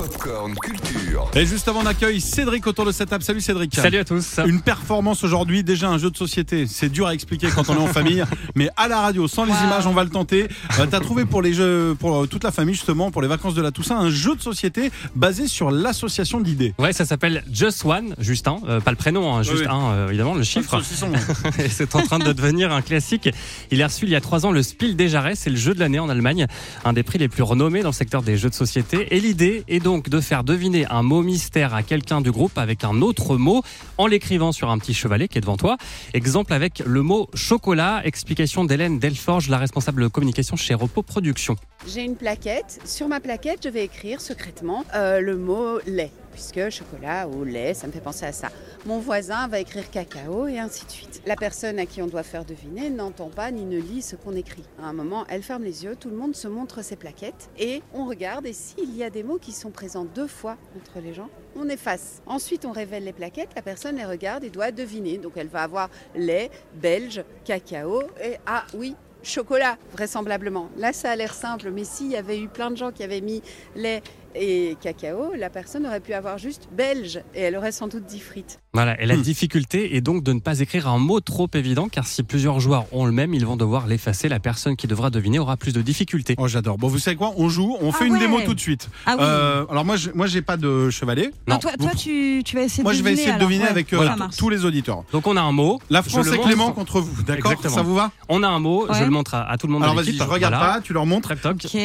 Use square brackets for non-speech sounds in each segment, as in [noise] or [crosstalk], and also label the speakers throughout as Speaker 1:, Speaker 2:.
Speaker 1: Popcorn Culture.
Speaker 2: Et juste avant, on accueille Cédric autour de cette table. Salut Cédric.
Speaker 3: Salut à tous.
Speaker 2: Une performance aujourd'hui, déjà un jeu de société. C'est dur à expliquer quand on est en
Speaker 3: [laughs]
Speaker 2: famille, mais à la radio, sans les images, on va le tenter. Euh, T'as trouvé pour les jeux, pour euh, toute la famille justement, pour les vacances de la Toussaint, un jeu de société basé sur l'association d'idées.
Speaker 3: Ouais, ça s'appelle Just One, juste un, euh, pas le prénom, hein,
Speaker 2: Oui.
Speaker 3: juste un, euh, évidemment, le chiffre.
Speaker 2: Saucisson.
Speaker 3: [laughs] Et c'est en train de devenir un classique. Il a reçu il y a trois ans le Spiel des Jarrets, c'est le jeu de l'année en Allemagne, un des prix les plus renommés dans le secteur des jeux de société. Et l'idée est donc de faire deviner un mot mystère à quelqu'un du groupe avec un autre mot en l'écrivant sur un petit chevalet qui est devant toi. Exemple avec le mot chocolat, explication d'Hélène Delforge, la responsable communication chez Repos Productions.
Speaker 4: J'ai une plaquette. Sur ma plaquette, je vais écrire secrètement euh, le mot lait, puisque chocolat ou lait, ça me fait penser à ça. Mon voisin va écrire cacao et ainsi de suite. La personne à qui on doit faire deviner n'entend pas ni ne lit ce qu'on écrit. À un moment, elle ferme les yeux, tout le monde se montre ses plaquettes et on regarde. Et s'il y a des mots qui sont présents deux fois entre les gens, on efface. Ensuite, on révèle les plaquettes, la personne les regarde et doit deviner. Donc elle va avoir lait, belge, cacao et ah oui, chocolat, vraisemblablement. Là, ça a l'air simple, mais s'il y avait eu plein de gens qui avaient mis lait et cacao, la personne aurait pu avoir juste belge et elle aurait sans doute dit frites.
Speaker 3: Voilà, et la
Speaker 2: Hmm.
Speaker 3: difficulté est donc de ne pas écrire un mot trop évident, car si plusieurs joueurs ont le même, ils vont devoir l'effacer. La personne qui devra deviner aura plus de difficultés.
Speaker 2: Oh j'adore. Bon vous savez quoi On joue, on
Speaker 5: Ah
Speaker 2: fait une
Speaker 5: ouais.
Speaker 2: démo tout de suite.
Speaker 5: Ah oui.
Speaker 2: Euh, alors moi j'ai- moi j'ai pas de chevalet.
Speaker 3: Non,
Speaker 5: Non, toi,
Speaker 2: vous-
Speaker 5: toi, tu, tu vas essayer
Speaker 2: Moi
Speaker 5: de
Speaker 2: je vais
Speaker 5: deviner.
Speaker 2: essayer de
Speaker 5: alors,
Speaker 2: deviner
Speaker 5: ouais.
Speaker 2: avec euh,
Speaker 5: Ça marche.
Speaker 2: tous les auditeurs.
Speaker 3: Donc on a un mot.
Speaker 2: La
Speaker 3: je
Speaker 2: France
Speaker 3: le
Speaker 2: et
Speaker 3: montre.
Speaker 2: Clément contre vous, d'accord
Speaker 3: Exactement.
Speaker 2: Ça vous va
Speaker 3: On a un mot, je
Speaker 5: Ouais.
Speaker 3: le montre à, à tout le monde
Speaker 2: Alors
Speaker 3: de
Speaker 2: vas-y,
Speaker 3: l'équipe.
Speaker 2: je regarde
Speaker 3: hein. Voilà.
Speaker 2: pas, tu leur montres.
Speaker 3: Trap Talk.
Speaker 5: Ok.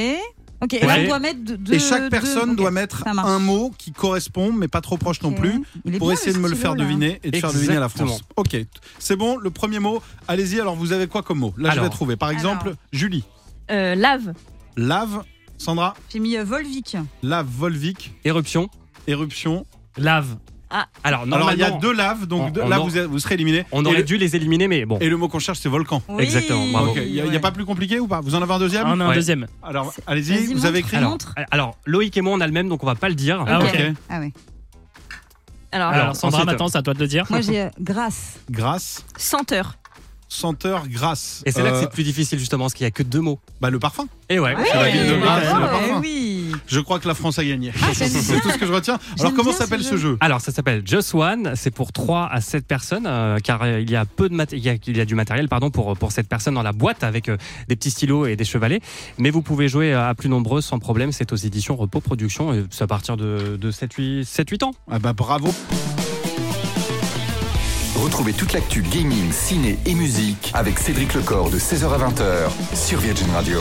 Speaker 5: Ok. Et là,
Speaker 3: Ouais.
Speaker 5: on doit mettre deux.
Speaker 2: et chaque
Speaker 5: deux-
Speaker 2: personne
Speaker 5: ok.
Speaker 2: doit mettre
Speaker 5: Ça marche.
Speaker 2: un mot qui correspond, mais pas trop proche non
Speaker 5: Ok.
Speaker 2: plus,
Speaker 5: Il est
Speaker 2: pour
Speaker 5: bien,
Speaker 2: essayer de me le faire
Speaker 5: stylo, là.
Speaker 2: deviner et de faire deviner à la France.
Speaker 3: Exactement.
Speaker 2: Ok, c'est bon, le premier mot, allez-y, alors vous avez quoi comme mot Là, je
Speaker 3: Alors.
Speaker 2: vais trouver. Par exemple, Julie,
Speaker 6: Euh, lave.
Speaker 2: lave, Sandra,
Speaker 5: J'ai mis euh, Volvic.
Speaker 2: lave, Volvic,
Speaker 3: Éruption.
Speaker 2: éruption.
Speaker 3: Lave.
Speaker 6: Ah.
Speaker 3: Alors normalement,
Speaker 2: Alors, il y a deux laves, donc
Speaker 3: on-
Speaker 2: deux-
Speaker 3: on
Speaker 2: là,
Speaker 3: en-
Speaker 2: vous, êtes- vous serez éliminé.
Speaker 3: on
Speaker 2: et,
Speaker 3: aurait
Speaker 2: le,
Speaker 3: dû les éliminer, mais bon.
Speaker 2: et le mot qu'on cherche, c'est volcan.
Speaker 5: Oui,
Speaker 3: Exactement, bravo.
Speaker 2: Ok, il n'y a, il y a pas plus compliqué ou pas Vous en avez un deuxième
Speaker 7: On a un
Speaker 3: Ouais.
Speaker 7: deuxième.
Speaker 2: Alors,
Speaker 5: C'est-
Speaker 2: allez-y,
Speaker 5: vas-y,
Speaker 2: vous avez
Speaker 5: montre.
Speaker 2: écrit.
Speaker 5: Alors,
Speaker 3: Alors Loïc et moi, on a le même, donc on va pas le dire.
Speaker 7: Ah,
Speaker 5: Ok.
Speaker 7: ok.
Speaker 2: Ok.
Speaker 5: Ah ouais.
Speaker 6: Alors,
Speaker 7: Alors,
Speaker 3: Alors,
Speaker 7: Sandra,
Speaker 3: ensuite-
Speaker 7: maintenant, c'est à toi de le dire.
Speaker 5: Moi, j'ai euh, Grâce.
Speaker 2: Grâce,
Speaker 6: senteur.
Speaker 2: senteur, grâce.
Speaker 3: Et c'est là que
Speaker 2: Euh,
Speaker 3: c'est plus difficile justement, parce qu'il y a que deux mots.
Speaker 2: bah, le parfum.
Speaker 3: Et
Speaker 7: Ah
Speaker 3: ouais.
Speaker 2: C'est la ville de Grasse,
Speaker 5: bravo,
Speaker 2: le parfum.
Speaker 5: eh oui.
Speaker 2: Je crois que la France a gagné.
Speaker 5: Ah, j'aime
Speaker 2: c'est
Speaker 5: bien.
Speaker 2: tout ce que je retiens. Alors,
Speaker 5: J'aime
Speaker 2: comment
Speaker 5: bien
Speaker 2: s'appelle
Speaker 5: ce
Speaker 2: ce jeu
Speaker 3: Alors ça s'appelle Just One, c'est pour 3 à 7 personnes, euh, car euh, il y a peu de mat- il y a, il y a du matériel pardon pour pour cette personne dans la boîte avec euh, des petits stylos et des chevalets, mais vous pouvez jouer euh, à plus nombreux sans problème, c'est aux éditions Repos Productions, et c'est à partir de, de 7 8 7 8 ans.
Speaker 2: Ah bah bravo.
Speaker 1: Retrouvez toute l'actu gaming, ciné et musique avec Cédric Lecor de 16h à 20h sur Virgin Radio.